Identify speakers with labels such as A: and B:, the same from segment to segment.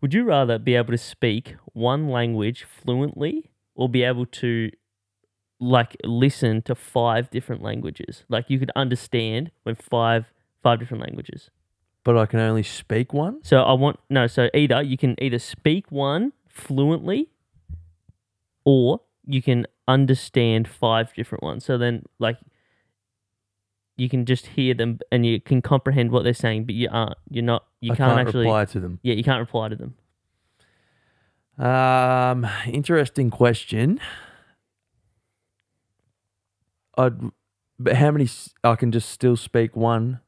A: Would you rather be able to speak one language fluently or be able to like listen to five different languages? Like you could understand when five five different languages.
B: But I can only speak one.
A: So I want no, so either you can either speak one fluently or you can understand five different ones. So then like you can just hear them and you can comprehend what they're saying, but you aren't you're not you
B: I
A: can't,
B: can't
A: actually
B: reply to them.
A: Yeah, you can't reply to them.
B: Um, interesting question. I'd, but how many? s- I can just still speak one.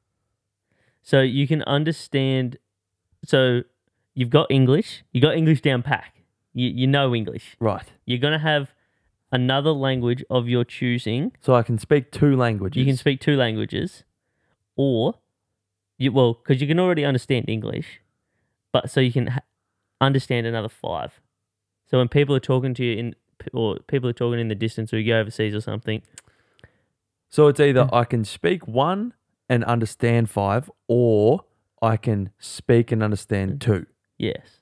A: So you can understand. So you've got English. You got English down pack. You you know English.
B: Right.
A: You're gonna have another language of your choosing.
B: So I can speak two languages.
A: You can speak two languages, or you well because you can already understand English, but so you can ha- understand another five. So when people are talking to you in or people are talking in the distance or you go overseas or something,
B: So it's
A: Hmm.
B: either I can speak one and understand five, or I can speak and
A: Hmm.
B: understand two.
A: yes,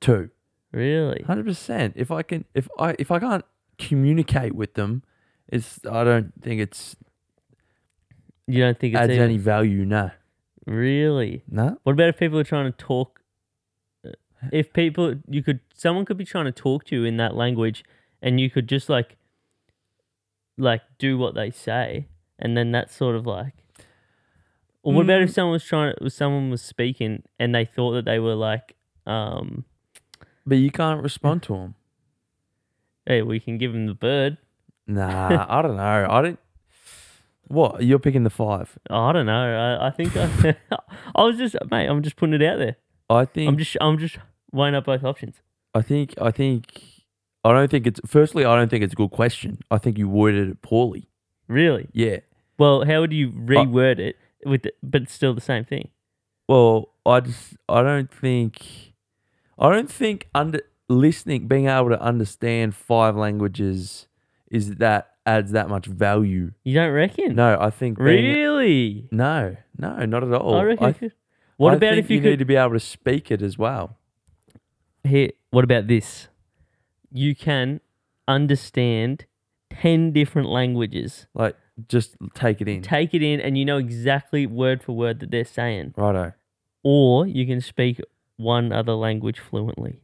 B: Two.
A: really,
B: Hundred percent. If I can, if I, if I can't communicate with them, it's. I don't think it's
A: you don't think it's
B: adds
A: even-
B: any value. No.
A: really.
B: No.
A: What about if people are trying to talk? uh, If people, you could, someone could be trying to talk to you in that language, and you could just like, like do what they say, and then that's sort of like. Or what about if someone was trying, if someone was speaking, and they thought that they were like, um,
B: But you can't respond to them.
A: hey, we can give them the bird.
B: Nah, I don't know. I don't. What you're picking the five?
A: I don't know. I, I think I, I was just, mate. I'm just putting it out there.
B: I think.
A: I'm just, I'm just weighing up both options.
B: I think. I think. I don't think it's. Firstly, I don't think it's a good question. I think you worded it poorly.
A: Really?
B: Yeah.
A: Well, how would you reword it with, the, but it's still the same thing?
B: Well, I just. I don't think. I don't think under listening, being able to understand five languages, is that adds that much value.
A: You don't reckon?
B: No, I think. being-
A: Hmm. Really?
B: No, no, not at all.
A: I reckon.
B: I
A: you
B: th-
A: could. What
B: I
A: about
B: think
A: if you,
B: need
A: could?
B: to be able to speak it as well?
A: Here, what about this? You can understand ten different languages.
B: Like just take it in.
A: Take it in, and you know exactly word for word that they're saying.
B: Righto.
A: Or you can speak one other language fluently.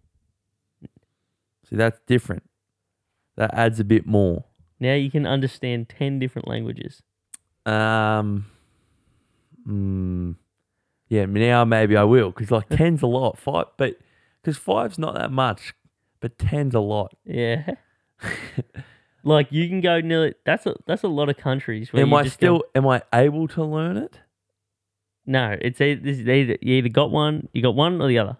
B: See, that's different. That adds a bit more.
A: Now you can understand ten different languages.
B: Um, mm, yeah, now maybe I will because like ten's a lot. Five, but because five's not that much, but ten's a lot.
A: Yeah. like you can go nearly. That's a that's a lot of countries. Where
B: am
A: you
B: I
A: just go-
B: still? Am I able to learn it?
A: no, it's either, this is either you either got one, you got one or the other.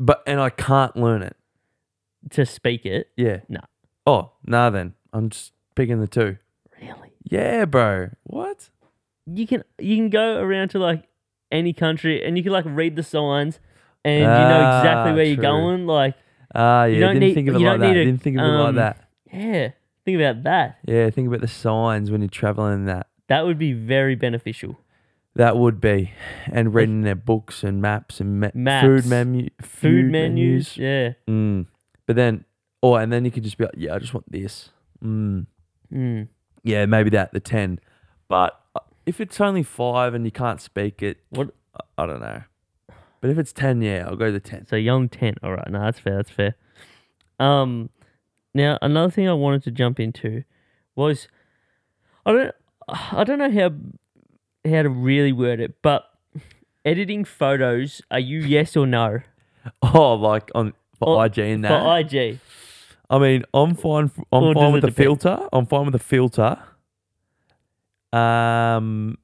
B: But and I can't learn it.
A: To speak it,
B: Yeah.
A: No.
B: Oh, nah. Then I'm just picking the two.
A: really.
B: Yeah, bro. What?
A: you can you can go around to like any country and you can like read the signs and you know exactly
B: Ah,
A: where you're
B: true.
A: going. Like,
B: Ah, yeah.
A: don't
B: Didn't
A: need-
B: think of it
A: you
B: like
A: don't
B: that.
A: need a-
B: Didn't think of it like
A: um,
B: that.
A: yeah, think about that.
B: Yeah. Think about the signs when you're traveling and that.
A: That would be very beneficial.
B: That would be, and reading their books and maps and me-
A: Maps.
B: food menu, food,
A: Food, menus, yeah.
B: Mm. But then, oh, and then you could just be like, yeah, I just want this. Mm.
A: Mm.
B: Yeah, maybe that the ten, but uh, if it's only five and you can't speak it,
A: What?
B: I, I don't know. But if it's ten, yeah, I'll go the ten.
A: So young ten. All right, no, that's fair. That's fair. Um, now another thing I wanted to jump into was I don't I don't know how how to really word it, but editing photos. Are you yes or no
B: Oh, like on for
A: Or-
B: IG and that.
A: Oh, for IG?
B: I mean, I'm fine. f-
A: Or
B: I'm
A: does
B: fine
A: it
B: with the
A: depend?
B: filter. I'm fine with the filter. Um,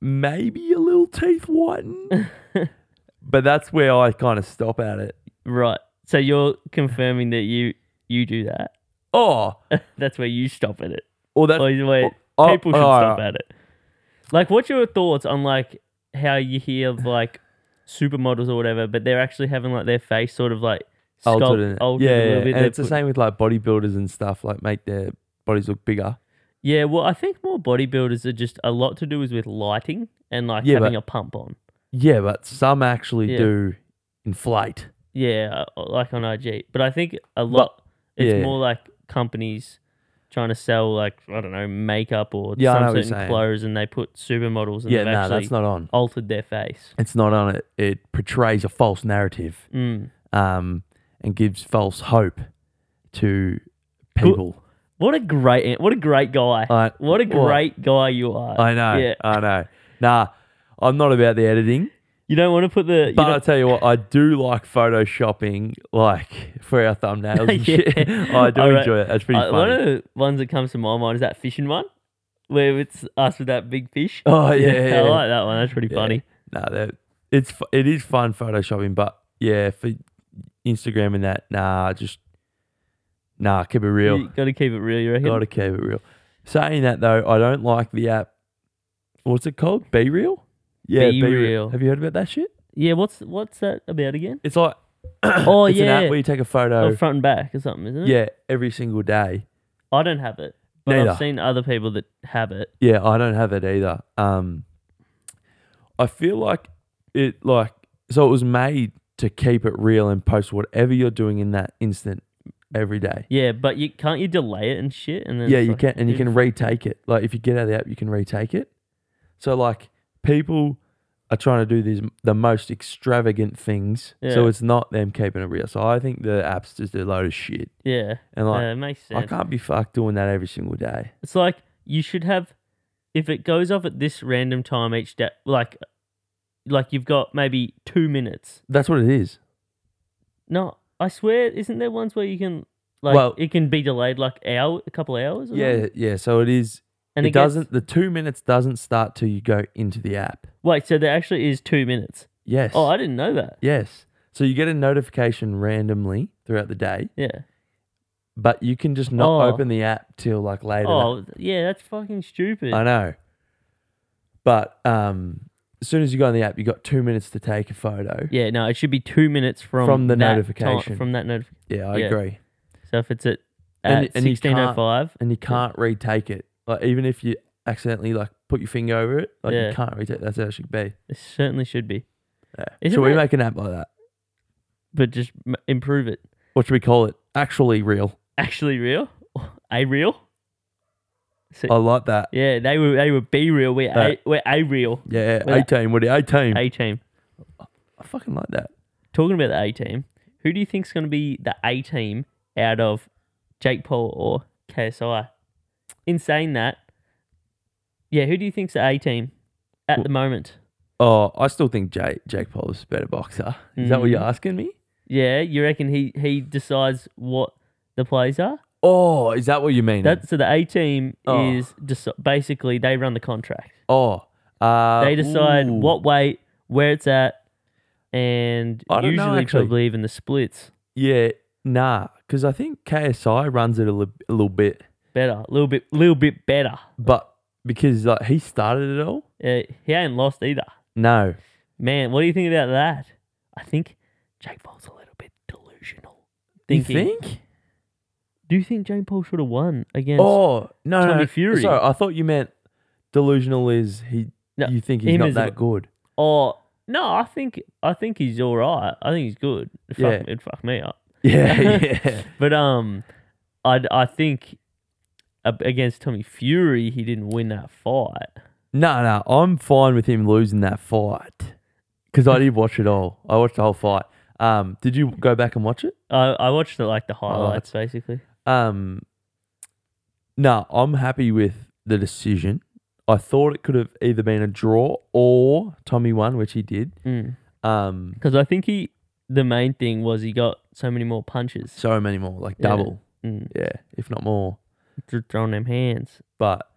B: maybe a little teeth whiten, but that's where I kind of stop at it.
A: Right. So you're confirming that you you do that.
B: Oh,
A: That's where you stop at it.
B: or that.
A: Or you- where
B: oh,
A: people should
B: alright,
A: stop at it. Like, what's your thoughts on like how you hear of, like supermodels or whatever, but they're actually having like their face sort of like sculpt,
B: altered
A: altered,
B: in it.
A: a
B: yeah,
A: little
B: yeah.
A: bit.
B: and
A: They
B: it's the
A: put-
B: same with like bodybuilders and stuff. Like make their bodies look bigger.
A: Yeah. Well, I think more bodybuilders are just a lot to do is with lighting and like
B: Yeah,
A: having
B: but-
A: a pump on.
B: Yeah, but some actually
A: Yeah.
B: do inflate.
A: Yeah, uh, like on IG. But I think a lot, it's
B: yeah.
A: more like companies trying to sell like I don't know makeup or
B: Yeah, I
A: some
B: know what you're
A: certain
B: saying.
A: clothes, and they put supermodels and
B: yeah,
A: they've
B: no,
A: actually
B: that's not on.
A: altered their face.
B: It's not on. It it portrays a false narrative,
A: Mm.
B: um, and gives false hope to people.
A: What a great, an- what a great guy.
B: I,
A: what a
B: Well,
A: great guy you are.
B: Uh, I know.
A: Yeah,
B: I know. Nah, I'm not about the editing.
A: you don't want to put the. You
B: But I
A: don't-
B: tell you what, I do like photoshopping, like for our thumbnails and
A: Yeah.
B: shit. I do
A: I re-
B: enjoy it. That's pretty
A: uh, one
B: funny.
A: of the ones that comes to my mind is that fishing one, where it's us with that big fish.
B: Oh yeah, yeah.
A: I like that one. That's pretty
B: Yeah.
A: funny.
B: No, that it's fu- it is fun photoshopping, but yeah, for Instagram and that, nah, just nah, keep it real.
A: You got to keep it real. You reckon?
B: Got to keep it real. Saying that though, I don't like the app. What's it called? Be real. Yeah,
A: Be
B: Be
A: Real.
B: Have you heard about that shit?
A: Yeah. What's what's that about again?
B: It's like
A: Oh
B: it's
A: yeah. Oh,
B: an app where you take a photo.
A: or front and back or something, isn't it?
B: yeah, every single day.
A: I don't have it, but
B: Neither.
A: I've seen other people that have it.
B: Yeah, I don't have it either. Um, I feel like it like so it was made to keep it real and post whatever you're doing in that instant every day.
A: Yeah, but you can't you delay it and shit, and then
B: yeah,
A: it's
B: you
A: like,
B: can and you
A: dude,
B: can retake it. Like if you get out of the app, you can retake it. So like people are trying to do these the most extravagant things. So
A: Yeah.
B: it's not them keeping it real. So I think the apps just a load of shit.
A: Yeah,
B: And like
A: yeah, it makes
B: I
A: sense.
B: can't be fucked doing that every single day.
A: It's like you should have, if it goes off at this random time each day, like, like you've got maybe two minutes.
B: That's what it is.
A: No, I swear, isn't there ones where you can like
B: Well-
A: it can be delayed like hour, a couple hours? Or
B: Yeah,
A: something?
B: yeah. So it is
A: and
B: it,
A: it, gets-
B: doesn't. The two minutes doesn't start till you go into the app.
A: Wait, so there actually is two minutes.
B: Yes.
A: Oh, I didn't know that.
B: yes. So you get a notification randomly throughout the day,
A: Yeah.
B: but you can just not
A: Oh.
B: open the app till like later.
A: Oh, yeah, that's fucking stupid.
B: I know. But um, as soon as you go on the app, you got two minutes to take a photo.
A: Yeah, no, it should be two minutes from
B: From the
A: that ti-
B: notification.
A: from that notification.
B: Yeah, I
A: Yeah.
B: agree.
A: So if it's at,
B: And-
A: at
B: and you can't-
A: sixteen oh five,
B: And you can't retake it. Like even if you accidentally like put your finger over it, like
A: Yeah.
B: you can't retake. That's how it should be.
A: it certainly should be.
B: Yeah.
A: Isn't
B: Should we
A: that-
B: make an app like that?
A: But just m- improve it.
B: What should we call it? Actually real.
A: Actually, real, a real. So,
B: I like that.
A: yeah, they were they were B real. We're
B: Uh,
A: a we're a real.
B: Yeah,
A: Well,
B: eighteen. What eighteen?
A: A team.
B: I fucking like that.
A: Talking about the A team, who do you think's going to be the A team out of Jake Paul or KSI? In saying that, yeah, who do you think's the A team at the moment?
B: Oh, I still think Jake Jake Paul is a better boxer. Is that what you're
A: Mhm.
B: asking me?
A: Yeah, you reckon he he decides what the plays are?
B: Oh, is that what you mean?
A: That so the A team
B: Oh.
A: is deci- basically they run the contract.
B: oh, uh,
A: They decide
B: ooh.
A: what weight, where it's at, and
B: I don't know,
A: usually
B: actually.
A: probably even the splits.
B: Yeah, nah, because I think KSI runs it a li- a little bit,
A: Better, a little bit, little bit better.
B: but because like he started it all.
A: Uh, he ain't lost either.
B: No,
A: Man, what do you think about that? I think Jake Paul's a little bit delusional. Thinking,
B: you think?
A: Do you think Jake Paul should have won against?
B: Oh no, no,
A: Tommy
B: no,
A: Fury.
B: Sorry, I thought you meant delusional is he.
A: No,
B: you think he's
A: him
B: not
A: is a-
B: that good?
A: Or no, I think I think he's all right. I think he's good. It fuck-
B: Yeah.
A: it'd fuck me up.
B: Yeah, yeah.
A: But um, I I think ab- against Tommy Fury, he didn't win that fight.
B: No, no, I'm fine with him losing that fight because I did watch it all. I watched the whole fight. Um, did you go back and watch it?
A: I I watched the, like the highlights basically.
B: Um, no, I'm happy with the decision. I thought it could have either been a draw or Tommy won, which he did.
A: Because
B: Um,
A: Mm. I think he the main thing was he got so many more punches,
B: so many more, like
A: Yeah.
B: double,
A: mm,
B: yeah, if not more.
A: th- throwing them hands.
B: But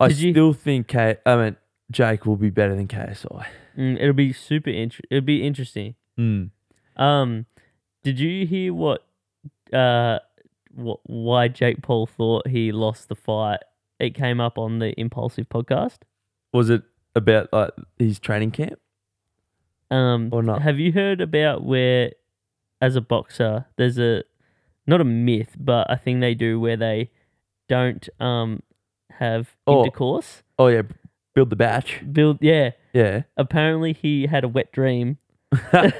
B: I
A: Did you-
B: still think K. I mean, Jake will be better than KSI.
A: Mm, it'll be super inter- It'll be interesting.
B: Mm.
A: Um, did you hear what uh wh- why Jake Paul thought he lost the fight? It came up on the Impulsive podcast.
B: Was it about like his training camp?
A: Um,
B: Or not.
A: Have you heard about where, as a boxer, there's a not a myth, but a thing they do where they don't um have
B: Oh.
A: intercourse.
B: Oh yeah, build the batch.
A: Build yeah.
B: Yeah.
A: Apparently, he had a wet dream.
B: I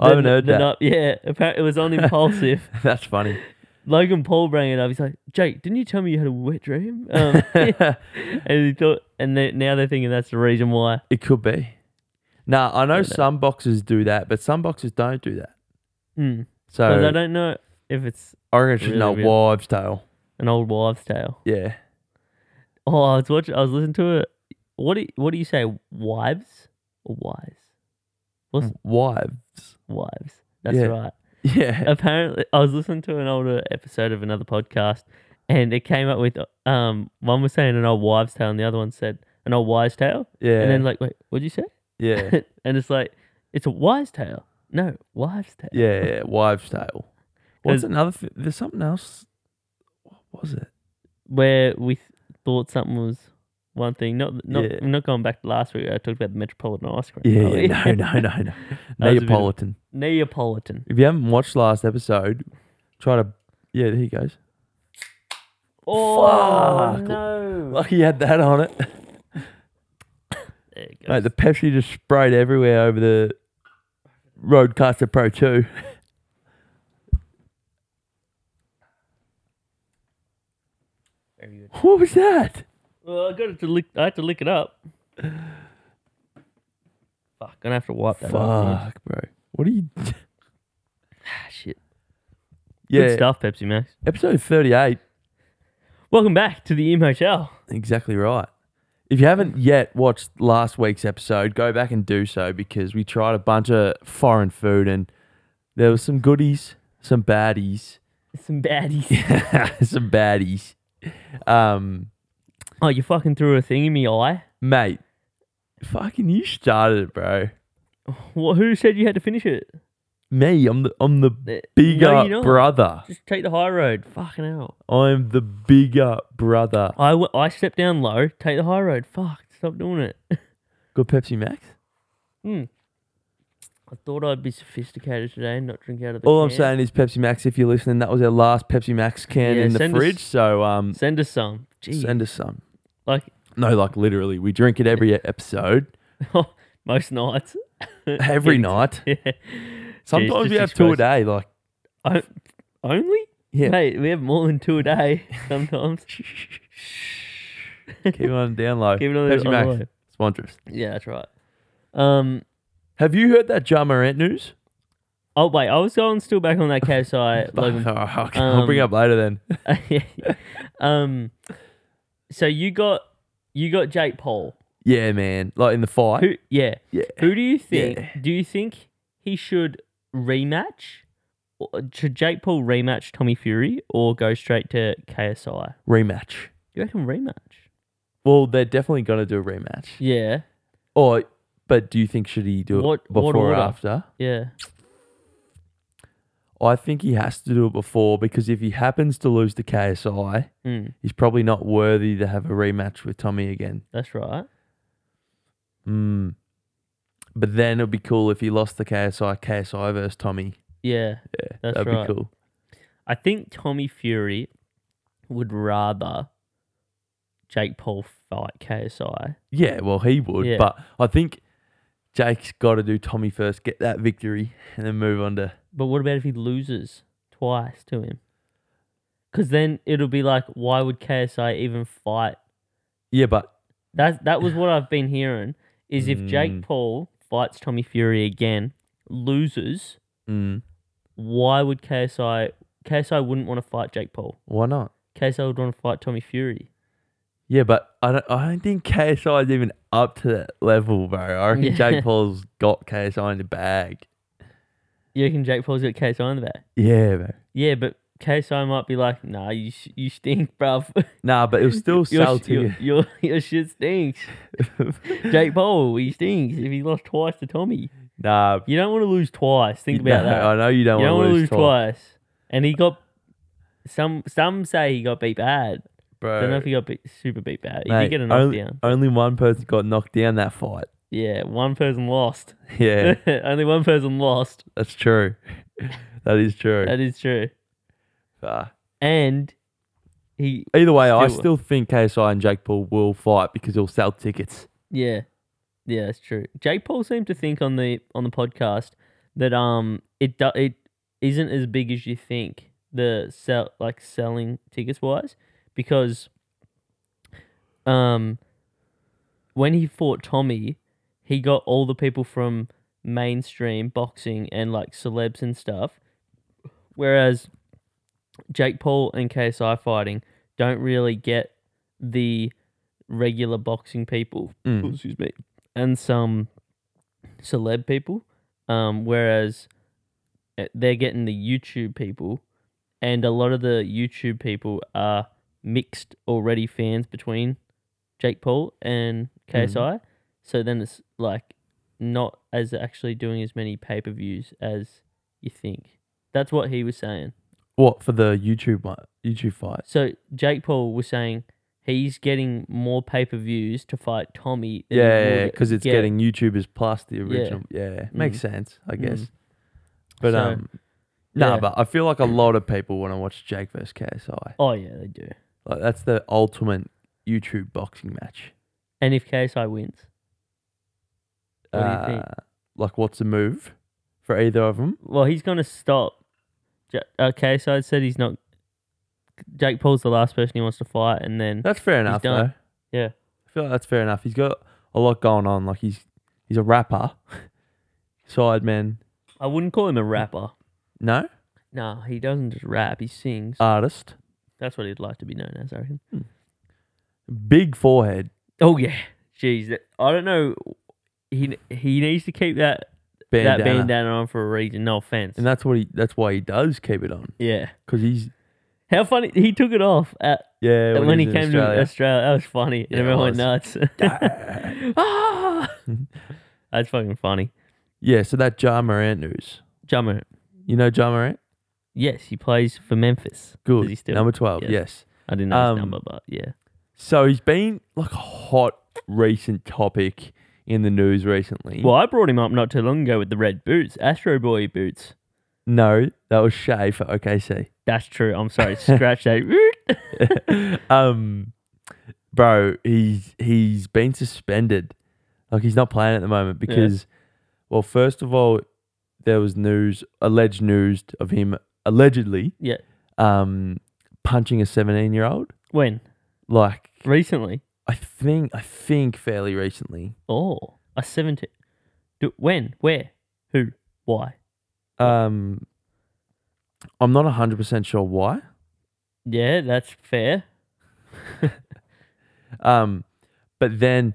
B: haven't heard that.
A: Night, yeah, apparently it was on impulsive.
B: That's funny.
A: Logan Paul brought it up. He's like, Jake, didn't you tell me you had a wet dream? Um, and he thought, and they, now they're thinking that's the reason why.
B: It could be. Now I know
A: Don't know.
B: some boxes do that, but some boxes don't do that.
A: Mm. Because I
B: So
A: don't know if it's
B: I reckon it's just an
A: Really
B: old
A: weird.
B: wives' tale.
A: an old wives' tale.
B: Yeah.
A: Oh, I was watching. I was listening to it. What do you, what do you say, wives or wives? What's
B: Wives.
A: wives? That's
B: Yeah.
A: right.
B: Yeah.
A: Apparently, I was listening to an older episode of another podcast, and it came up with um one was saying an old wives' tale, and the other one said an old wives' tale,
B: Yeah.
A: and then like, wait, what'd you say?
B: yeah.
A: and it's like it's a wives' tale. No, wives' tale.
B: Yeah, yeah, wives' tale. What's
A: Has-
B: another? Th- there's something else. What was it?
A: where we th- thought something was one thing. Not not
B: Yeah.
A: I'm not going back to last week. where I talked about the metropolitan ice cream.
B: Yeah,
A: are we?
B: yeah, no, no, no, no.
A: That was a bit of-
B: Neapolitan.
A: Neapolitan.
B: If you haven't watched last episode, try to. Yeah, there he goes.
A: Oh
B: Fuck.
A: no!
B: Lucky you had that on it.
A: There it goes.
B: Mate, the Pepsi just sprayed everywhere over the Roadcaster Pro 2.
A: Very good.
B: What was that?
A: Well, I got it to lick. I had to lick it up. Fuck! Gonna have to wipe that. off, man.
B: Fuck, bro. What are you.
A: Ah, shit. Good
B: Yeah,
A: stuff, Pepsi Max.
B: episode 38.
A: Welcome back to the Emo Hotel.
B: Exactly right. If you haven't yet watched last week's episode, go back and do so because we tried a bunch of foreign food and there was some goodies, some baddies,
A: Some baddies.
B: some baddies. Um,
A: Oh, you fucking threw a thing in me eye.
B: mate, fucking you started it, bro.
A: What? Who said you had to finish it?
B: Me, I'm the I'm the
A: Eh,
B: bigger
A: no, you're not.
B: brother.
A: Just take the high road. Fucking hell.
B: I'm the bigger brother.
A: I, w- I step down low, take the high road. Fuck, stop doing it.
B: Good Pepsi Max.
A: Hmm. I thought I'd be sophisticated today and not drink out of the
B: All I'm
A: can.
B: saying is Pepsi Max. If you're listening, that was our last Pepsi Max can
A: Yeah,
B: in the
A: send us-
B: fridge. so um,
A: Send us some. Jeez.
B: send us some.
A: like,
B: No, like literally, we drink it every episode,
A: most nights.
B: every
A: It's-
B: night.
A: Yeah.
B: Sometimes
A: just
B: we have two a
A: express-
B: day. Like,
A: O- only?
B: yeah,
A: Mate, we have more than two a day sometimes.
B: keep it on down low.
A: Keep it on the-
B: Pepsi
A: on the
B: Max,
A: low.
B: sponsor us.
A: Yeah, that's right. Um,
B: Have you heard that Ja Morant news?
A: oh, wait, I was going still back on that KSI Logan
B: Oh, okay, I'll bring it
A: Um,
B: up later then.
A: um, so you got you got Jake Paul.
B: Yeah, man. Like in the fight.
A: Who? Yeah.
B: Yeah.
A: Who do you think?
B: Yeah.
A: Do you think he should rematch? Or- Should Jake Paul rematch Tommy Fury or go straight to KSI?
B: Rematch.
A: You reckon rematch?
B: Well, they're definitely gonna do a rematch.
A: Yeah.
B: Or, but do you think should he do it
A: What- what
B: before or
A: order?
B: after?
A: Yeah.
B: I think he has to do it before because if he happens to lose to KSI,
A: Mm,
B: he's probably not worthy to have a rematch with Tommy again.
A: that's right.
B: Mm. But then it'd be cool if he lost the KSI, KSI versus Tommy.
A: Yeah.
B: Yeah,
A: That's
B: that'd
A: right.
B: be cool.
A: I think Tommy Fury would rather Jake Paul fight KSI.
B: Yeah, well, he would,
A: Yeah.
B: but I think Jake's got to do Tommy first, get that victory, and then move on to.
A: But what about if he loses twice to him? Because then it'll be like, why would KSI even fight?
B: Yeah, but
A: That that was what I've been hearing. Is if Jake
B: Mm.
A: Paul fights Tommy Fury again, loses,
B: mm,
A: why would KSI? KSI wouldn't want to fight Jake Paul.
B: why not?
A: KSI would want to fight Tommy Fury.
B: Yeah, but I don't. I don't think KSI is even up to that level, bro. I reckon
A: Yeah.
B: Jake Paul's got KSI in the bag.
A: You reckon Jake Paul's got KSI in the back?
B: Yeah, bro.
A: Yeah, but KSI might be like, nah, you sh- you stink, bruv.
B: Nah, but it'll still
A: your,
B: sell
A: sh-
B: to you.
A: your, your, your shit stinks. Jake Paul, he stinks if he lost twice to Tommy.
B: nah,
A: You don't want to lose twice. Think about
B: no,
A: that.
B: I know you don't
A: you don't
B: want to lose
A: lose
B: twice,
A: twice. And he got some. Some say he got beat bad.
B: bro.
A: don't know if he got beat, super beat bad. He
B: Mate,
A: did get a
B: only,
A: knockdown.
B: only one person got knocked down that fight.
A: Yeah, one person lost.
B: Yeah,
A: Only one person lost.
B: that's true. that is true.
A: That is true.
B: Uh,
A: And he,
B: either way, I
A: Still-
B: still think KSI and Jake Paul will fight because he'll sell tickets.
A: yeah, Yeah, it's true. Jake Paul seemed to think on the on the podcast that um it do, it isn't as big as you think the sell like selling tickets wise because um when he fought Tommy he got all the people from mainstream boxing and like celebs and stuff whereas Jake Paul and KSI fighting don't really get the regular boxing people
B: Mm.
A: excuse me, Mm-hmm. and some celeb people. Um, whereas uh, they're getting the YouTube people, and a lot of the YouTube people are mixed already fans between Jake Paul and KSI.
B: Mm-hmm.
A: So then it's like not as actually doing as many pay per views as you think. That's what he was saying.
B: What for the YouTube one- YouTube fights?
A: So Jake Paul was saying he's getting more pay per views to fight Tommy. than he will
B: Yeah,
A: get-
B: because it's
A: get.
B: getting YouTubers plus the
A: Yeah.
B: original. Yeah, makes
A: Mm.
B: sense, I
A: Mm.
B: guess. But
A: So,
B: um, nah,
A: yeah.
B: but I feel like a lot of people want to watch Jake versus KSI.
A: Oh yeah, they do.
B: Like that's the ultimate YouTube boxing match.
A: And if KSI wins, what do you think?
B: Uh, Like, what's the move for either of them?
A: Well, he's gonna stop. Ja- Uh, KSI said he's not. Jake Paul's the last person he wants to fight, and then
B: That's fair enough, though.
A: done. Yeah.
B: I feel like that's fair enough. He's got a lot going on. Like he's he's a rapper, sideman.
A: I wouldn't call him a rapper.
B: No,
A: No, he doesn't just rap. He sings.
B: Uh, artist.
A: That's what he'd like to be known as, I reckon.
B: Big forehead.
A: Oh yeah, jeez, that- I don't know. He he needs to keep that that
B: Bandana.
A: bandana on for a reason. No offense.
B: And that's what he. That's why he does keep it on
A: yeah.
B: because he's
A: How funny he took it off at,
B: yeah.
A: when, he
B: was in
A: came to Australia. That was funny,
B: Yeah, it
A: and everyone went
B: was.
A: nuts. ah! That's fucking funny.
B: yeah. So that Ja Morant news.
A: Jummer.
B: You know Ja Morant.
A: Yes, he plays for Memphis.
B: Good.
A: he still?
B: Number twelve.
A: Yes.
B: Yes.
A: I didn't know
B: um,
A: his number, but yeah.
B: So he's been like a hot recent topic in the news recently.
A: Well, I brought him up not too long ago with the red boots, Astro Boy boots.
B: No, that was Shay for OKC.
A: That's true. I'm sorry. Scratch that.
B: um, bro, he's he's been suspended. Like he's not playing at the moment because, well, first of all, there was news, alleged news of him allegedly,
A: Yeah.
B: um, punching a seventeen-year-old.
A: when?
B: Like
A: Recently?
B: I think, I think fairly recently.
A: Oh, a 17. Do, when? Where? Who? Why?
B: Um, I'm not hundred percent sure why.
A: Yeah, that's fair.
B: Um, but then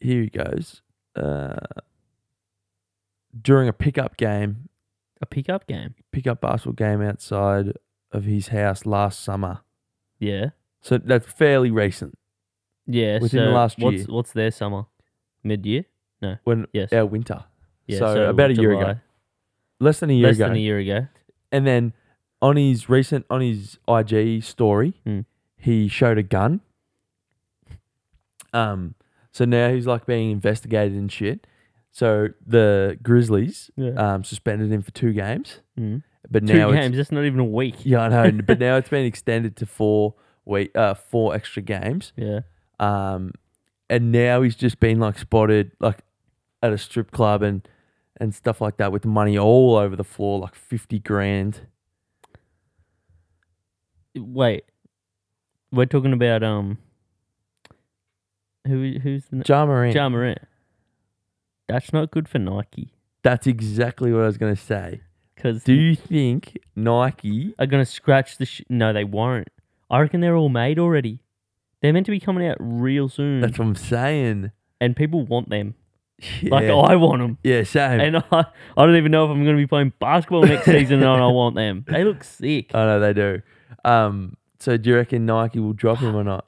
B: here he goes. Uh, during a pickup game,
A: A pickup game.
B: pickup basketball game outside of his house last summer.
A: Yeah.
B: So that's fairly recent.
A: Yeah.
B: Within the
A: so
B: last
A: what's,
B: year.
A: What's their summer? Mid year?
B: When
A: Yes.
B: our winter,
A: Yeah,
B: so about a year ago.
A: July.
B: less than a year
A: Less
B: ago,
A: than a year ago.
B: and then on his recent on his IG story,
A: Hmm.
B: he showed a gun. Um, so now he's like being investigated and shit. So the Grizzlies
A: Yeah.
B: um, suspended him for two games,
A: Mm.
B: but
A: Uh, Two
B: now it's
A: games. That's not even a week.
B: Yeah, I know. but now it's been extended to four week, uh, four extra games.
A: yeah.
B: Um, and now he's just been like spotted like at a strip club and and stuff like that with money all over the floor, like fifty grand.
A: Wait, we're talking about um, who who's the
B: Ja Morant.
A: Ja Morant. That's not good for Nike
B: That's exactly what I was gonna say.
A: because
B: Do you think Nike?
A: are gonna scratch the. Sh- no, they won't. I reckon they're all made already. They're meant to be coming out real soon,
B: That's what I'm saying.
A: and people want them.
B: Yeah.
A: Like I want them,
B: yeah, same.
A: and I, I don't even know if I'm gonna be playing basketball next season, and I want them. They look sick.
B: I know they do. Um, so do you reckon Nike will drop him or not?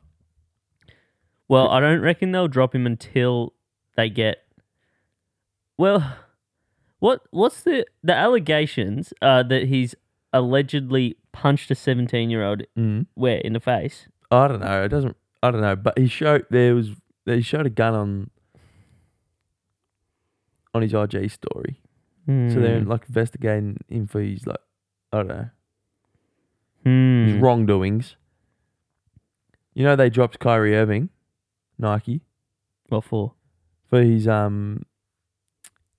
A: Well, I don't reckon they'll drop him until they get. Well, what what's the the allegations uh, that he's allegedly punched a seventeen year old
B: Mm.
A: where in the face?
B: I don't know. It doesn't. I don't know. But he showed there was he showed a gun on on his IG story. So they're
A: Hmm.
B: like investigating him for his like I don't know his
A: Hmm.
B: wrongdoings. You know they dropped Kyrie Irving, Nike
A: What for?
B: for his um,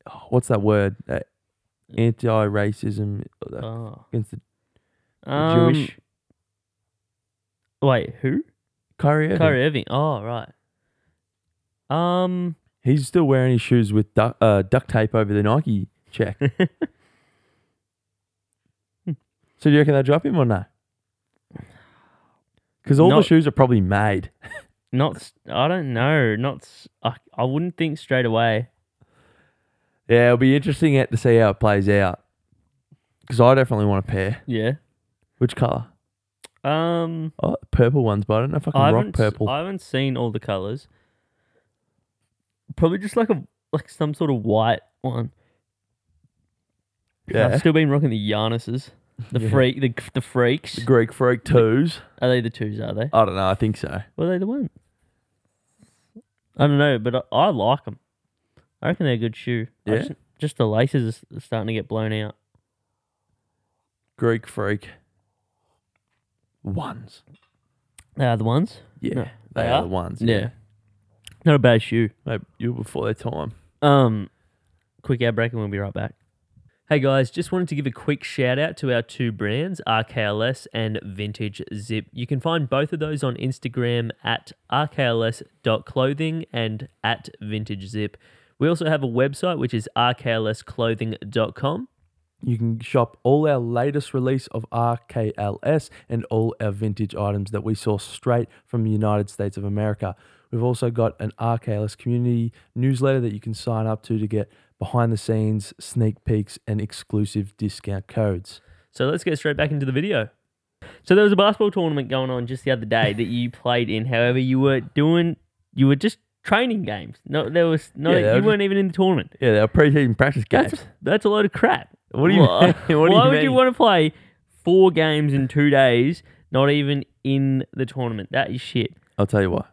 B: oh, what's that word? Uh, anti-racism uh,
A: Oh.
B: against the
A: Um,
B: Jewish.
A: Wait, who?
B: Kyrie Irving.
A: Kyrie Irving. Oh, right. Um,
B: He's still wearing his shoes with duct, uh, duct tape over the Nike check. so do you reckon they drop him or no? Because all
A: Not-
B: the shoes are probably made.
A: not. s- I don't know. Not. s- I, I wouldn't think straight away.
B: Yeah, it'll be interesting to see how it plays out. Because I definitely want a pair.
A: Yeah.
B: Which color?
A: Um,
B: Oh, purple ones, but I don't know if I can
A: I haven't.
B: rock
A: s-
B: purple.
A: I haven't seen all the colors. Probably just like a like some sort of white one.
B: yeah,
A: I've still been rocking the Giannis's. The
B: Yeah.
A: freak, the, the freaks.
B: the Greek freak twos.
A: Are they the twos? Are they?
B: I don't know. I think so.
A: Were they the ones? I don't know, but I, I like them. I reckon they're a good shoe. I
B: Yeah?
A: Just, just the laces is is starting to get blown out.
B: Greek freak ones.
A: They are Uh, the ones.
B: Yeah,
A: No,
B: they,
A: they
B: are,
A: are?
B: the ones.
A: Not a bad shoe.
B: Maybe you were before their time.
A: Um, quick ad break and we'll be right back. Hey guys, just wanted to give a quick shout out to our two brands, RKLS and Vintage Zip. You can find both of those on Instagram at rkls.clothing and at vintage zip. We also have a website which is rklsclothing.com.
B: You can shop all our latest release of RKLS and all our vintage items that we source straight from the United States of America. We've also got an RKLS community newsletter that you can sign up to to get behind the scenes sneak peeks and exclusive discount codes.
A: So let's get straight back into the video. So there was a basketball tournament going on just the other day that you played in. However, you were doing you were just training games. No, there was no
B: Yeah, they were
A: you
B: just-
A: weren't even in the tournament.
B: Yeah, they're pre-season practice games.
A: That's, that's a load of crap.
B: What do you
A: Why,
B: mean? What do
A: why
B: you
A: would you
B: mean?
A: want to play four games in two days, not even in the tournament? That is shit.
B: I'll tell you why.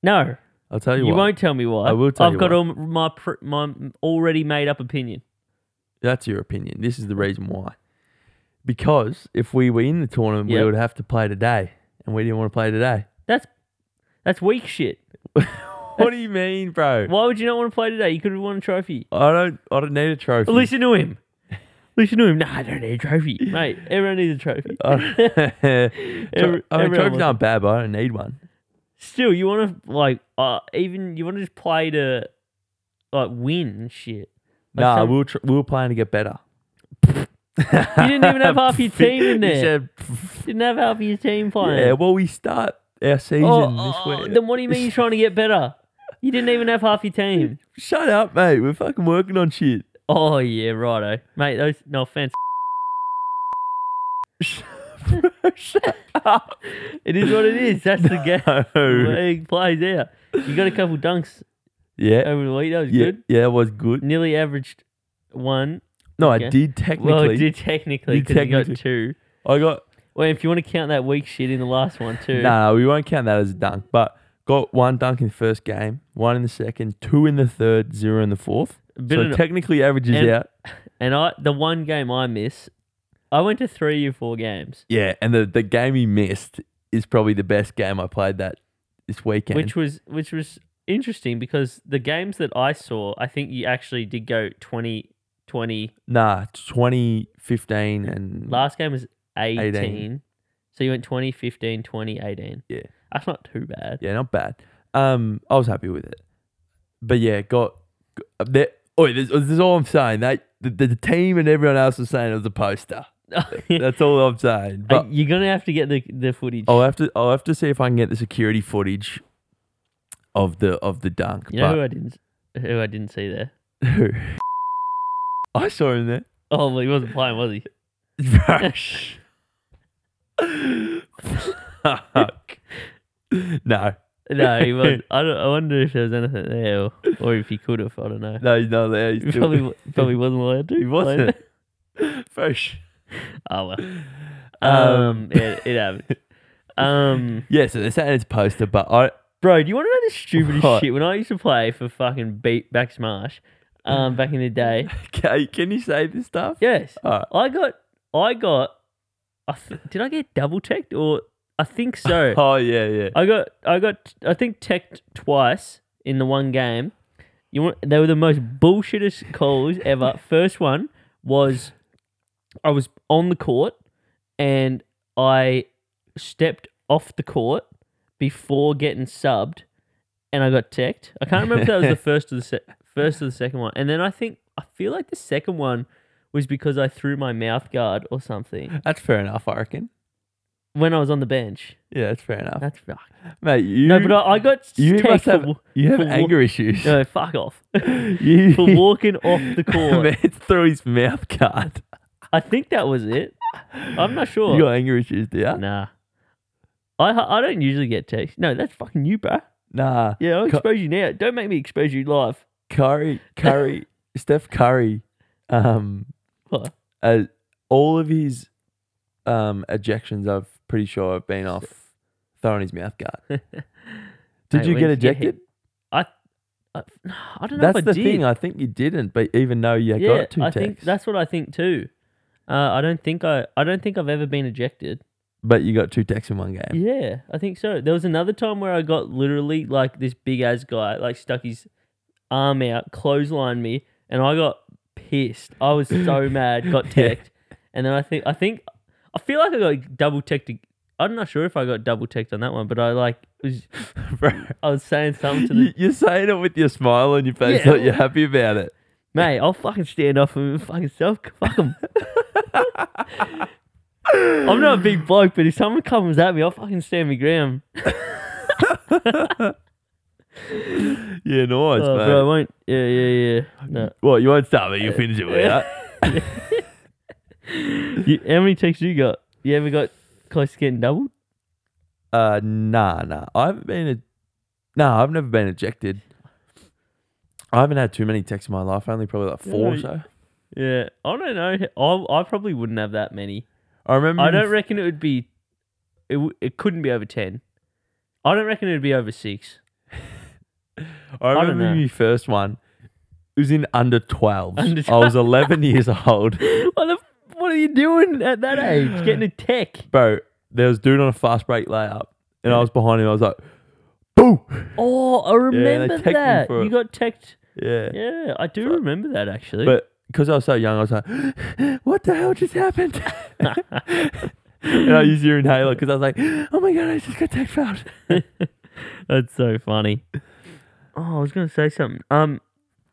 A: No,
B: I'll tell
A: you,
B: you, why.
A: won't tell me why.
B: I will tell
A: I've
B: you
A: got
B: why.
A: all my pr- my already made up opinion.
B: That's your opinion. This is the reason why. Because if we were in the tournament, we
A: Yep.
B: would have to play today, and we didn't want to play today.
A: That's that's weak shit.
B: What do you mean, bro?
A: Why would you not want to play today? You could have won a trophy.
B: I don't. I don't need a trophy.
A: Listen to him. Listen to him. No, I don't need a trophy, mate. Everyone needs a tropee.
B: I don't-
A: Every-
B: I mean,
A: everyone
B: trophies
A: wants
B: aren't bad, but I don't need one.
A: Still, you want to like uh, even you want to just play to like win and shit. Like
B: nah,
A: some-
B: we'll tr- we'll plan to get better. you
A: didn't even have half your team in there.
B: said,
A: Didn't have half of your team playing. Oh,
B: yeah, well, we start our season this week.
A: Then what do you mean you're trying to get better? You didn't even have half your team.
B: Shut up, mate. We're fucking working on shit.
A: Oh yeah, righto, mate. Those no offense.
B: Shut up.
A: It is what it is. That's the game.
B: No.
A: It plays out. You got a couple dunks
B: Yeah,
A: over the week. That was
B: yeah,
A: good.
B: yeah. It was good.
A: Nearly averaged one.
B: No, I
A: Okay.
B: did technically.
A: Well, it did technically
B: You
A: because you got
B: technically-
A: two.
B: I got
A: Well, if you want to count that weak shit in the last one too.
B: no, no, we won't count that as a dunk, but got one dunk in the first game, one in the second, two in the third, zero in the fourth.
A: Bit
B: So
A: of-
B: technically averages
A: and-
B: out.
A: and I the one game I miss, I went to three or four games,
B: Yeah, and the, the game he missed is probably the best game I played that this weekend.
A: which was which was interesting because the games that I saw, I think you actually did go 20, 20
B: nah, twenty fifteen and
A: Last game was 18.
B: 18.
A: So you went 20, 15, 20, 18.
B: Yeah.
A: That's not too bad.
B: yeah, not bad. Um, I was happy with it, but yeah, got there. Oh, this, this is all I'm saying. That the, the team and everyone else was saying it was a poster. That's all I'm saying. But Oh,
A: Uh, You're going to have to get the, the footage.
B: I'll have to I'll have to see if I can get the security footage of the of the dunk.
A: you know who I didn't who I didn't see there?
B: but who? I saw him there.
A: Oh, well, he wasn't playing, was he?
B: Ah, Fuck. No,
A: No, he was. I, don't, I wonder if there was anything there or, or if he could have. I don't know.
B: no, he's not there. He's
A: He
B: still-
A: probably, wa- probably wasn't allowed to.
B: he
A: play
B: wasn't.
A: there.
B: Fresh.
A: Oh, well. Um,
B: Um,
A: yeah, it happened. Um,
B: Yeah, so they're saying it's a poster, but I
A: bro, do you want to know the stupidest
B: What?
A: shit? When I used to play for fucking beat back smash, um, back in the day,
B: okay, can you say this stuff?
A: yes,
B: Alright.
A: I got, I got, I th- did I get double teched or I think so.
B: Oh yeah, yeah.
A: I got, I got, I think teched twice in the one game. You want? They were the most bullshittest calls ever. First one was, I was on the court, and I stepped off the court before getting subbed, and I got teched. I can't remember if that was the first or the se- first or the second one. And then I think I feel like the second one was because I threw my mouth guard or something
B: That's fair enough, I reckon.
A: when I was on the bench.
B: Yeah, that's fair enough,
A: That's fuck.
B: mate. You
A: No, but I, I got
B: you
A: teched
B: must
A: for
B: have
A: wa-
B: you have
A: for wa-
B: anger issues.
A: no, fuck off.
B: you
A: for walking off the court.
B: man through his mouth guard.
A: I think that was it. I'm not sure.
B: You got anger issues, do you?
A: Nah. I I don't usually get text. No, that's fucking you, bro.
B: Nah,
A: Yeah, I'll
B: Co-
A: expose you now. Don't make me expose you live.
B: Curry, Curry, Steph Curry, um,
A: What?
B: uh, all of his um ejections, I'm pretty sure have been off throwing his mouth guard. Did
A: Mate,
B: you
A: when
B: get
A: did you get hit?
B: ejected?
A: I, I don't know
B: That's
A: if I
B: the
A: did.
B: thing. I think you didn't, but even though you
A: yeah,
B: got two
A: I
B: texts,
A: think that's what I think too. Uh, I don't think I I don't think I've ever been ejected.
B: but you got two texts in one game.
A: Yeah, I think so. There was another time where I got literally like this big ass guy like stuck his arm out, clotheslined me, and I got pissed. I was so mad, got
B: Yeah.
A: teched, and then I think I think I feel like I got double teched. ag- I'm not sure if I got double teched on that one, but I like was
B: Bro,
A: I was saying something to the
B: you, you're saying it with your smile on your face,
A: Yeah.
B: like you're happy about it.
A: mate. I'll fucking stand up and fucking self fuck 'em. I'm not a big bloke, but if someone comes at me, I'll fucking stand my ground.
B: Yeah, nice,
A: Oh,
B: mate.
A: but I won't. Yeah, yeah, yeah. No.
B: Well, you won't start, but you'll finish it without.
A: You, how many texts you got? You ever got close to getting doubled?
B: Uh, nah, nah. I haven't been a. Nah, I've never been ejected. I haven't had too many texts in my life. Only probably like four or
A: Yeah.
B: so.
A: Yeah, I don't know. I I probably wouldn't have that many.
B: I remember.
A: I
B: in-
A: don't reckon it would be. It w- it couldn't be over ten. I don't reckon it'd be over six.
B: I
A: don't
B: remember
A: know.
B: my first one. It was in under 12.
A: Under
B: I was 11 years old.
A: what the f- what are you doing at that age? Getting a tech?
B: Bro, there was dude on a fast break layup, and I was behind him. I was like, boo!
A: Oh, I remember
B: teched me
A: that.
B: for
A: You
B: it.
A: got teched.
B: Yeah.
A: Yeah, I do remember that actually.
B: But because I was so young, I was like, what the hell just happened? and I used your inhaler because I was like, oh my God, I just got tech fouled.
A: That's so funny. Oh, I was gonna say something. Um,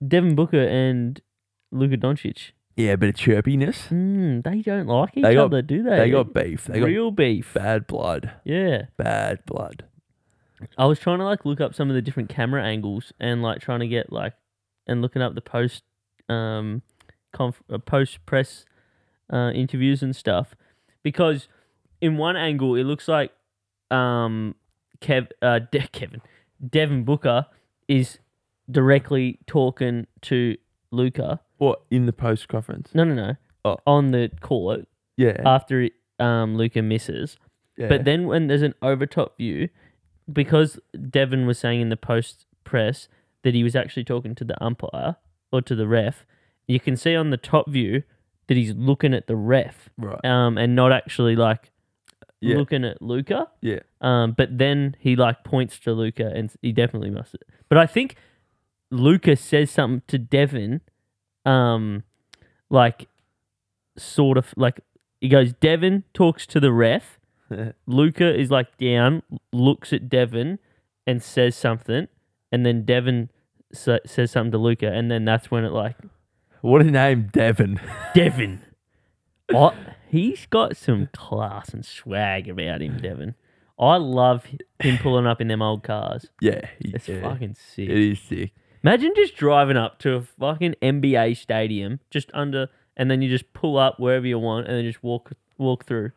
A: Devin Booker and Luka Doncic.
B: Yeah, a bit of chirpiness.
A: Mm, they don't like each
B: They got-
A: other, do they?
B: They got beef. They got
A: real beef.
B: bad blood.
A: Yeah,
B: Bad blood.
A: I was trying to like look up some of the different camera angles and like trying to get like and looking up the post, um, conf- uh, post press, uh, interviews and stuff, because in one angle it looks like, um, Kev, uh, De- Kevin, Devin Booker is directly talking to Luca.
B: What in the post conference?
A: No, no, no.
B: Oh.
A: On the court
B: Yeah,
A: after um Luca misses.
B: yeah.
A: Uh, But then when there's an overtop view, because Devin was saying in the post press that he was actually talking to the umpire or to the ref, you can see on the top view that he's looking at the ref
B: right.
A: um, and not actually like
B: Yeah.
A: looking at Luca.
B: Yeah.
A: Um, but then he like points to Luca and s- he definitely must. But I think Luca says something to Devin, um, like sort of like he goes. Devin talks to the ref. Luca is like down, looks at Devin, and says something, and then Devin sa- says something to Luca, and then that's when it like
B: what a name, Devon.
A: Devin. I, he's got some class and swag about him, Devin. I love him pulling up in them old cars.
B: yeah, he-
A: It's
B: yeah.
A: fucking sick.
B: It is sick.
A: Imagine just driving up to a fucking NBA stadium, just under, and then you just pull up wherever you want, and then just walk walk through.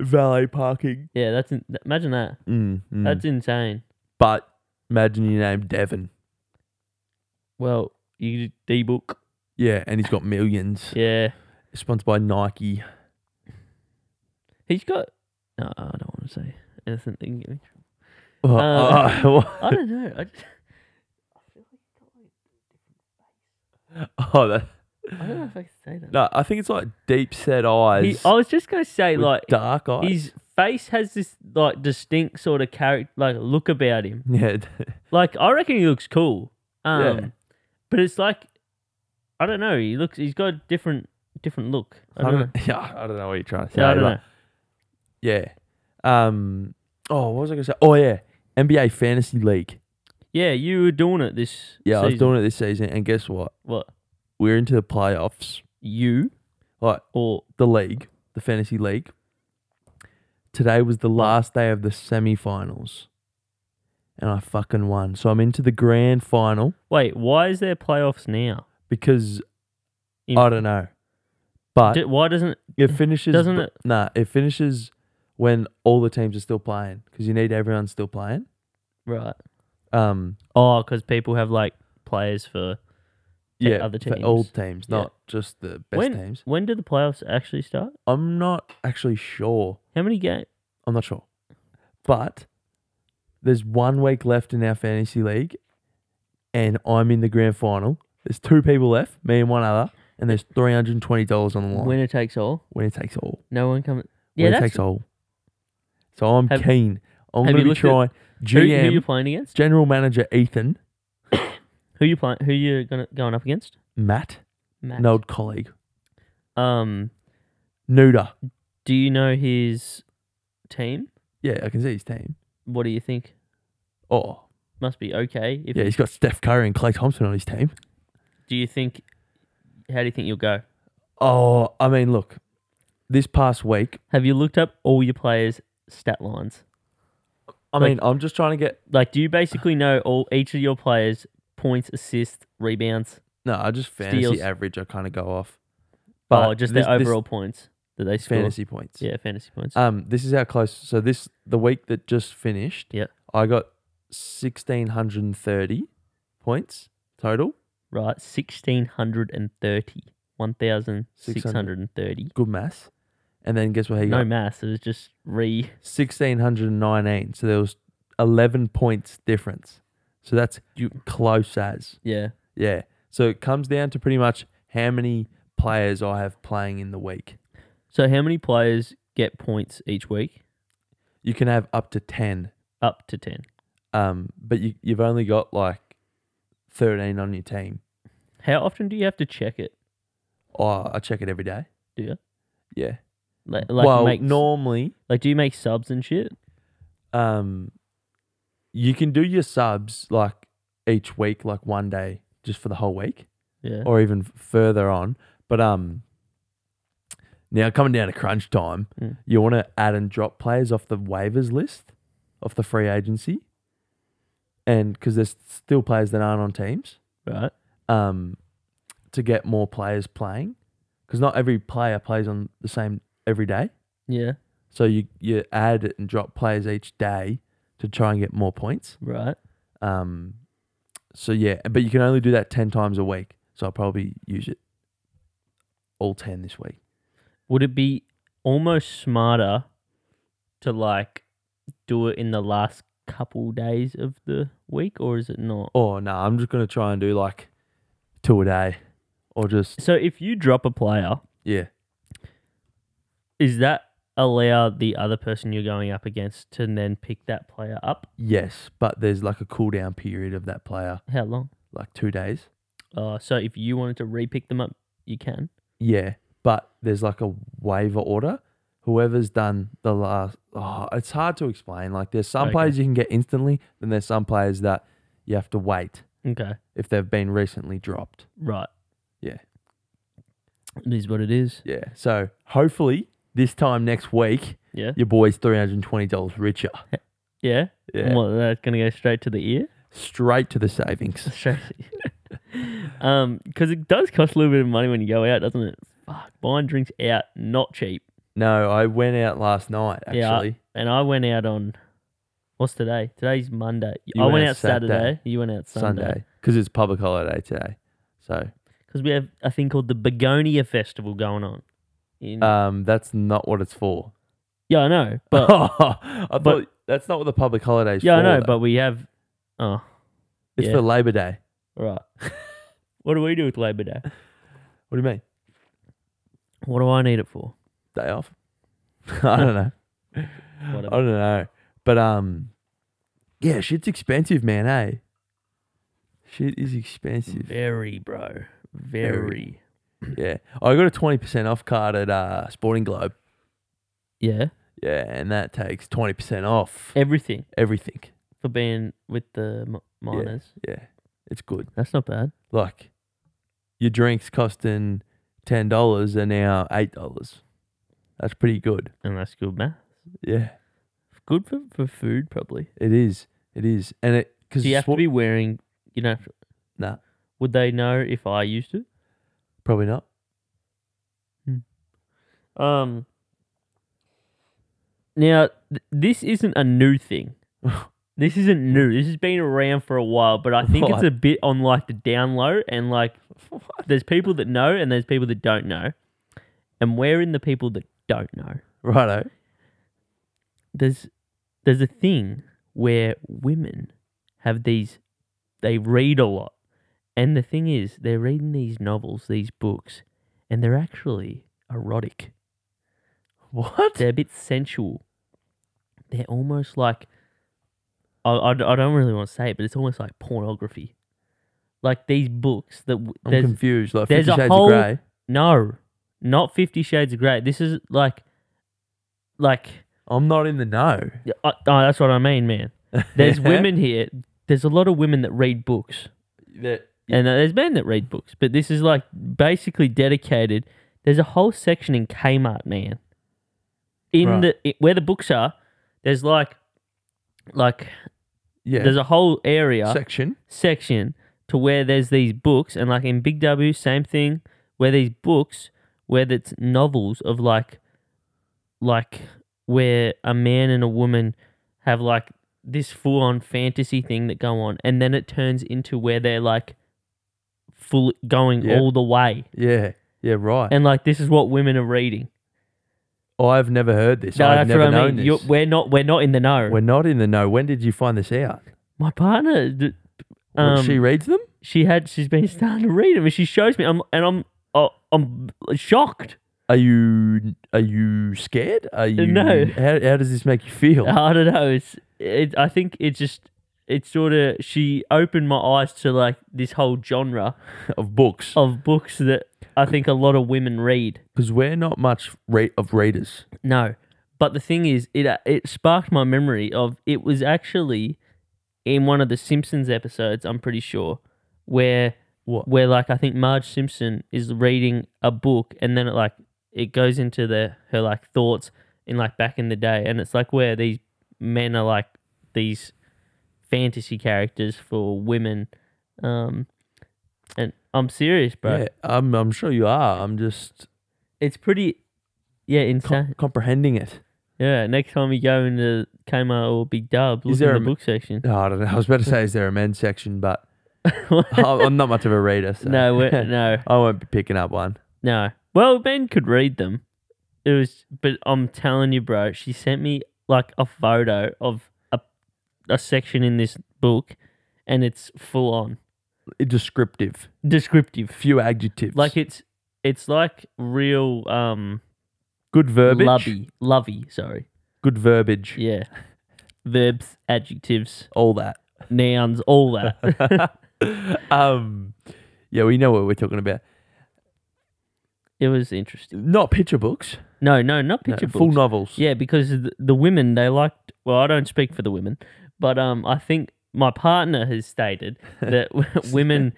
B: Valet parking.
A: Yeah, that's in, imagine that.
B: Mm, mm.
A: That's insane.
B: but imagine your name, Devon.
A: Well, you D book.
B: Yeah, and he's got millions.
A: Yeah,
B: Sponsored by Nike.
A: he's got. No, I don't want to say anything. that can get me-
B: Oh,
A: Uh,
B: oh,
A: I don't know. I just,
B: oh, that,
A: I don't know if I can say that.
B: no, I think it's like deep set
A: He-
B: eyes.
A: I was just gonna say
B: with
A: like
B: dark eyes.
A: his face has this like distinct sort of character like look about him.
B: yeah,
A: Like I reckon he looks cool. Um
B: Yeah.
A: But it's like, I don't know. He looks. He's got a different different look. I don't know.
B: yeah, I don't know what you're trying to say.
A: Yeah, I don't
B: but-
A: know.
B: Yeah. Um. Oh, what was I gonna say? Oh yeah, NBA fantasy league.
A: Yeah, you were doing it this.
B: Yeah, I was
A: season.
B: doing it this season, and guess what?
A: What
B: We're into the playoffs.
A: you
B: Like
A: or
B: the league, the fantasy league. Today was the last day of the semi-finals, and I fucking won. So I'm into the grand final
A: wait? Why is there playoffs now?
B: because
A: In-
B: I don't know, but
A: D- why doesn't
B: it finishes.
A: doesn't
B: b-
A: it-
B: Nah, it finishes when all the teams are still playing because you need everyone still playing.
A: right?
B: Um.
A: Oh, because people have like players for
B: Yeah,
A: other
B: for all
A: teams.
B: teams,
A: Yeah.
B: not just the best
A: when
B: teams.
A: when do the playoffs actually start?
B: I'm not actually sure.
A: How many games?
B: I'm not sure. But there's one week left in our fantasy league, and I'm in the grand final. There's two people left, me and one other, and there's three hundred and twenty dollars on the line.
A: Winner takes all.
B: When it takes all.
A: No one comes.
B: When
A: Yeah,
B: it
A: that's
B: takes all. So I'm
A: Have-
B: keen. I'm
A: have
B: gonna
A: you
B: be
A: looked at
B: trying
A: who, who you
B: GM
A: playing against.
B: General Manager Ethan,
A: Who you playing? Who you gonna going up against?
B: Matt,
A: Matt.
B: an old colleague.
A: Um.
B: Nuda.
A: Do you know his team?
B: Yeah, I can see his team.
A: What do you think?
B: Oh.
A: Must be okay. If
B: Yeah, he's got Steph Curry and Clay Thompson on his team.
A: do you think? How do you think you'll go?
B: Oh, I mean, look, this past week,
A: Have you looked up all your players' stat lines?
B: I
A: Like-
B: mean, I'm just trying to get.
A: Like, do you basically know all each of your players' points, assists, rebounds,
B: No, I just fantasy
A: Steals.
B: average. I kind of go off, Oh,
A: or Oh, just
B: this-
A: their
B: this
A: overall points that they score?
B: fantasy points.
A: Yeah, fantasy points.
B: Um, this is how close. So this the week that just finished.
A: Yeah.
B: I got sixteen hundred and thirty points total.
A: right, sixteen hundred and thirty. One thousand six hundred and thirty.
B: Good mass. And then guess what he
A: No
B: got?
A: mass. It was just re.
B: Sixteen hundred and nineteen. So there was eleven points difference. So that's you close as.
A: Yeah.
B: Yeah. So it comes down to pretty much how many players I have playing in the week.
A: So how many players get points each week?
B: You can have up to 10,
A: Up to ten.
B: um, but you, you've only got like 13 on your team.
A: How often do you have to check it?
B: Oh, I check it every day.
A: Do you?
B: Yeah.
A: Like, like
B: well,
A: make,
B: normally
A: like do you make subs and shit?
B: um, you can do your subs like each week, like one day just for the whole week
A: Yeah.
B: or even f- further on. But um, now coming down to crunch time,
A: Mm.
B: you want to add and drop players off the waivers list, off the free agency, and because there's still players that aren't on teams,
A: right.
B: um, to get more players playing, because not every player plays on the same every day.
A: Yeah.
B: So you you add and drop players each day to try and get more points.
A: Right.
B: Um, so yeah, but you can only do that ten times a week. So I'll probably use it all ten this week.
A: Would it be almost smarter to like do it in the last couple days of the week or is it not?
B: Oh no, I'm just gonna try and do like two a day, or just
A: So if you drop a player,
B: yeah.
A: is that allow the other person you're going up against to then pick that player up?
B: Yes, but there's like a cool down period of that player,
A: How long?
B: like two days.
A: Uh, so if you wanted to re-pick them up, you can.
B: Yeah, but there's like a waiver order. Whoever's done the last, oh, it's hard to explain. Like there's some
A: Okay.
B: players you can get instantly, then there's some players that you have to wait
A: Okay.
B: if they've been recently dropped.
A: Right.
B: Yeah.
A: It is what it is.
B: Yeah. So hopefully this time next week,
A: Yeah.
B: your boy's three hundred and twenty dollars richer.
A: Yeah.
B: Yeah.
A: Well, that's gonna go straight to the ear.
B: Straight to the savings.
A: Straight. to the- um, because it does cost a little bit of money when you go out, doesn't it? Fuck, buying drinks out not cheap.
B: No, I went out last night actually.
A: Yeah. And I went out on, what's today? Today's Monday.
B: You
A: I
B: went
A: went
B: out
A: out Saturday.
B: Saturday.
A: You went out Sunday.
B: Sunday because it's public holiday today. So
A: Because we have a thing called the Begonia Festival going on. In,
B: um, that's not what it's for.
A: yeah, I know, but
B: I thought that's not what the public holidays.
A: yeah, I
B: for,
A: know,
B: though.
A: but we have. Oh,
B: it's
A: yeah.
B: for Labor Day.
A: right. what do we do with Labor Day?
B: What do you mean?
A: What do I need it for?
B: Day off? I don't know. I
A: Whatever.
B: don't know. But um, yeah, shit's expensive, man. Hey, eh? Shit is expensive.
A: Very, bro. Very.
B: Very. yeah. I got a 20% off card at uh, Sporting Globe.
A: Yeah.
B: Yeah, and that takes 20% off
A: Everything
B: everything.
A: for being with the m- miners.
B: Yeah. It's good.
A: That's not bad.
B: Like your drinks costing $10 are now $8. That's pretty good.
A: And that's good math.
B: Yeah.
A: Good for, for food, probably.
B: It is. It is. And it cuz
A: Do you have to be wearing, you know,
B: Nah.
A: would they know if I used to?
B: probably not.
A: Um. Now, th- this isn't a new thing. this isn't new. This has been around for a while, but I think it's
B: Right.
A: a bit on like the down low, and like there's people that know and there's people that don't know, and we're in the people that don't know.
B: Righto.
A: There's there's a thing where women have these, they read a lot, and the thing is they're reading these novels, these books, and they're actually erotic.
B: What?
A: They're a bit sensual. They're almost like I, I, I don't really want to say it, but it's almost like pornography. Like these books that w-
B: I'm
A: there's
B: confused. Like
A: there's
B: Fifty
A: a
B: Shades
A: whole-
B: of Grey.
A: no, not Fifty Shades of Grey. This is like, like
B: I'm not in the know.
A: yeah, I, oh, that's what I mean, man. There's women here. There's a lot of women that read books,
B: that
A: and uh, there's men that read books. But this is like basically dedicated. There's a whole section in Kmart, man. In
B: Right.
A: the i where the books are, there's like, like
B: yeah.
A: there's a whole area
B: section.
A: section to where there's these books and like in big w same thing where these books where it's novels of like like where a man and a woman have like this full on fantasy thing that go on and then it turns into where they're like full going
B: Yep.
A: all the way
B: Yeah. Yeah, right.
A: and like this is what women are reading
B: oh, I've never heard this.
A: No,
B: I've never known
A: You're-
B: this.
A: we're not we're not in the know
B: We're not in the know. When did you find this out?
A: my partner d-
B: Well,
A: um,
B: she reads them?
A: she had she's been starting to read them and she shows me I'm and I'm oh, I'm shocked.
B: Are you are you scared? Are you
A: No. Uh,
B: How, how does this make you feel?
A: I don't know. It's it, I think it just it sort of she opened my eyes to like this whole genre
B: of books
A: of books that I think a lot of women read.
B: because we're not much rate of readers.
A: No, but the thing is, it uh, it sparked my memory of it was actually in one of the Simpsons episodes. I'm pretty sure where
B: What?
A: where like I think Marge Simpson is reading a book and then it like it goes into the her like thoughts in like back in the day and it's like where these men are like these fantasy characters for women um and I'm serious bro
B: Yeah, I'm I'm sure you are. I'm just
A: it's pretty yeah
B: com-
A: insane
B: comprehending it.
A: yeah next time you go into Kmart or Big Dub look
B: Is there
A: in
B: a
A: the
B: m-
A: book section
B: Oh, I don't know. I was about to say, is there a men's section? But I'm I'm not much of a reader. So.
A: no we no
B: I won't be picking up one.
A: No. Well, Ben could read them. It was, but I'm telling you, bro, she sent me like a photo of a, a section in this book and it's full on
B: Descriptive,
A: descriptive.
B: few adjectives,
A: Like it's, it's like real, um,
B: good verbiage,
A: lovey, lovey, sorry.
B: good verbiage,
A: Yeah. Verbs, adjectives,
B: all that.
A: nouns, all that.
B: um, yeah, we know what we're talking about.
A: it was interesting.
B: Not picture books,
A: No, no, not
B: no,
A: picture books.
B: full novels.
A: Yeah, because the, the women they liked. Well, I don't speak for the women, but um, I think my partner has stated that women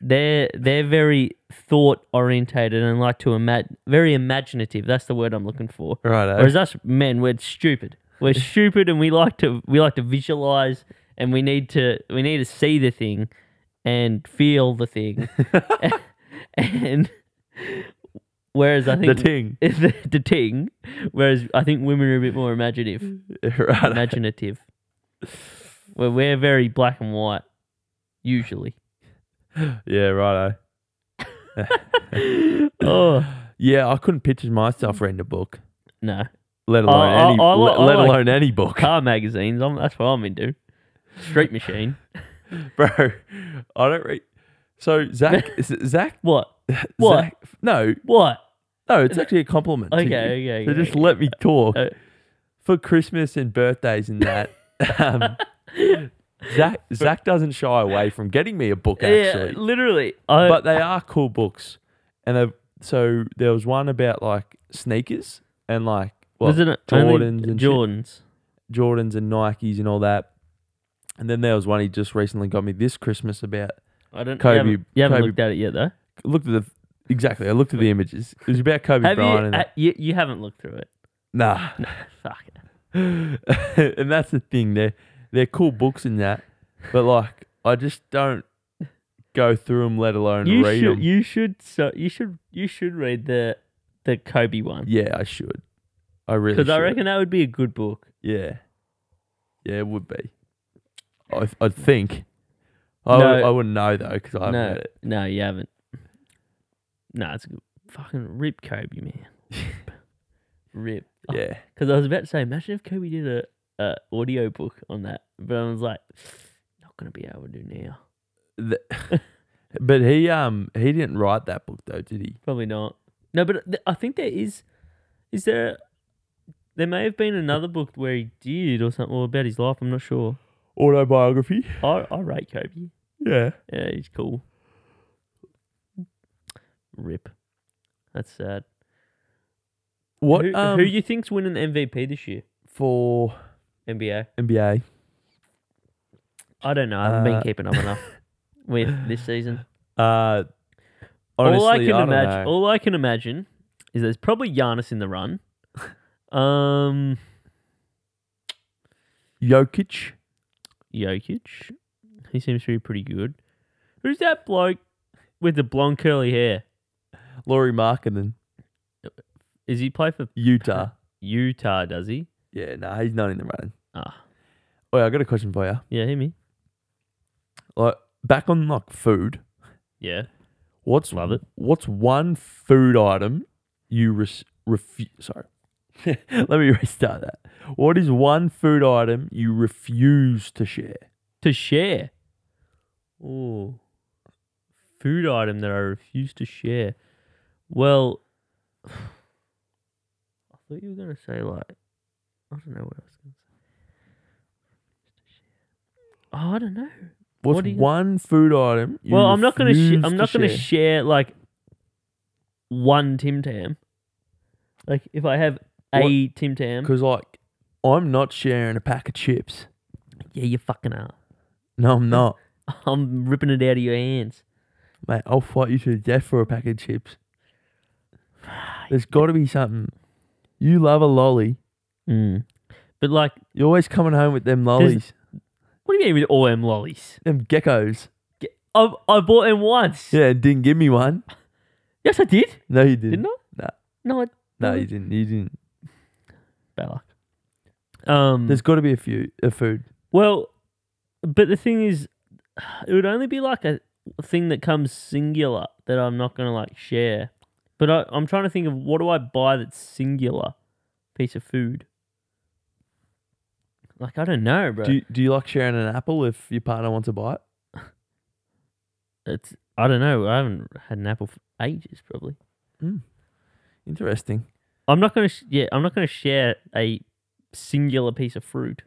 A: they're they're very thought orientated and like to imagine very imaginative. That's the word I'm looking for.
B: Righto.
A: Whereas us men, we're stupid. We're stupid, and we like to we like to visualize, and we need to we need to see the thing, and feel the thing, and whereas I
B: the
A: think
B: ting.
A: the, the ting, whereas I think women are a bit more imaginative,
B: Righto.
A: imaginative. Where we're very black and white, usually.
B: Yeah, righto.
A: oh
B: Yeah, I couldn't picture myself reading a book,
A: no, I-
B: let alone
A: I-
B: any,
A: I li-
B: let,
A: I
B: let
A: like-
B: alone any book,
A: car magazines. I'm, that's what I'm into. Street machine.
B: bro. I don't read. So Zach, Zach,
A: What? What?
B: Zach, no,
A: What?
B: no, it's actually a compliment. to
A: Okay,
B: you.
A: okay,
B: So
A: okay,
B: just let me talk
A: Uh,
B: for Christmas and birthdays and that. um, Zach Zach doesn't shy away from getting me a book
A: Yeah,
B: actually,
A: literally. I,
B: but they are cool books. And they so there was one about like sneakers and like well,
A: was it
B: Jordans
A: only
B: and shit.
A: Jordans?
B: Jordans and Nikes and all that. And then there was one he just recently got me this Christmas about.
A: I don't.
B: Kobe-
A: you haven't, you haven't
B: Kobe-
A: looked at it yet, though.
B: Looked at the exactly. I looked at the images. It was about Kobe
A: Have you,
B: Bryant. and,
A: uh, you? You haven't looked through it.
B: nah,
A: No, fuck. it.
B: and that's the thing. They're they're cool books and that, but like I just don't go through them, let alone
A: You
B: read
A: should.
B: them.
A: You should. So you should. You should read the the Kobe one
B: yeah, I should. I really.
A: because I
B: should.
A: reckon that would be a good book.
B: Yeah, yeah, it would be. I I think. I,
A: No.
B: would, I wouldn't know though because I haven't
A: no,
B: read it.
A: no, you haven't. No, it's a good. Fucking rip Kobe, man. rip.
B: Yeah,
A: Because I was about to say, imagine if Kobe did a, a audio book on that, but I was like, not gonna be able to do now.
B: The- but he um he didn't write that book though, did he?
A: Probably not. No, but th- I think there is. Is there? There may have been another book where he did or something, or about his life. I'm not sure.
B: Autobiography.
A: I I rate Kobe.
B: Yeah.
A: Yeah, he's cool. Rip. That's sad.
B: What
A: Who,
B: um
A: who you think's winning MVP this year?
B: for
A: NBA.
B: NBA?
A: I don't know. I haven't
B: Uh,
A: been keeping up enough with this season.
B: Uh, honestly,
A: all I can
B: don't
A: imagine,
B: know.
A: all I can imagine, is there's probably Giannis in the run. Um,
B: Jokic.
A: Jokic, he seems to be pretty good. Who's that bloke with the blonde curly hair?
B: Laurie Markkinen,
A: Is he play for
B: Utah.
A: Utah? Does he?
B: Yeah, no, he's not in the running.
A: Ah.
B: Wait, I got a question for you.
A: Yeah, hear me.
B: Like back on like food,
A: Yeah,
B: what's
A: Love it.
B: What's one food item you res- refuse? Sorry, let me restart that. What is one food item you refuse to share?
A: to share. Oh, food item that I refuse to share. Well, I thought you were gonna say like I don't know what I was gonna say. Oh, I don't know.
B: What's
A: What do you-
B: one food item? You
A: well, I'm not gonna. Sh-
B: refuse
A: I'm
B: to
A: not gonna
B: share?
A: share like one Tim Tam. Like if I have a Tim Tam,
B: Because like, I'm not sharing a pack of chips.
A: yeah, you fucking are.
B: No, I'm not,
A: I'm ripping it out of your hands.
B: mate. I'll fight you to the death for a pack of chips. There's got to be something. You love a lolly. Hmm.
A: Mm. But like,
B: You're always coming home with them lollies,
A: what do you mean with all them lollies?
B: them geckos.
A: I, I bought him once.
B: Yeah, and didn't give me one.
A: Yes, I did.
B: No, you didn't.
A: Didn't I?
B: Nah.
A: No, I
B: No, you didn't. You didn't.
A: bad luck. Um.
B: There's got to be a few a food.
A: well, but the thing is, it would only be like a thing that comes singular that I'm not gonna like share. But I, I'm trying to think of what do I buy that's singular piece of food. Like I don't know, bro.
B: Do you, do you like sharing an apple if your partner wants to buy it?
A: it's I don't know. I haven't had an apple for ages, probably.
B: Interesting.
A: I'm not gonna sh- yeah, I'm not gonna share a singular piece of fruit.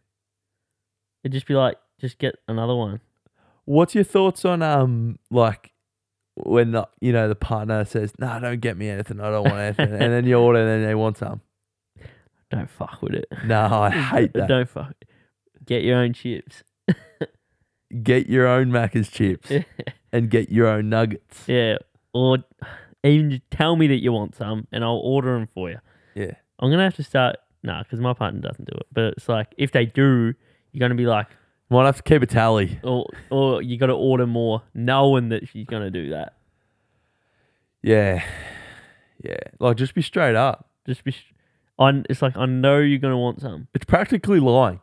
A: It'd just be like, just get another one.
B: What's your thoughts on um like when the, you know the partner says no, don't get me anything. I don't want anything, and then you order and then they want some.
A: Don't fuck with it.
B: No, I hate that.
A: Don't fuck. Get your own chips.
B: Get your own Macca's chips and get your own nuggets.
A: yeah, or even just tell me that you want some, and I'll order them for you.
B: Yeah.
A: I'm gonna have to start nah, because my partner doesn't do it. But it's like if they do, you're gonna be like,
B: Might have to keep a tally.
A: or or you got to order more, knowing that she's gonna do that.
B: Yeah, yeah. Like just be straight up.
A: Just be, sh- I it's like I know you're gonna want some.
B: It's practically lying.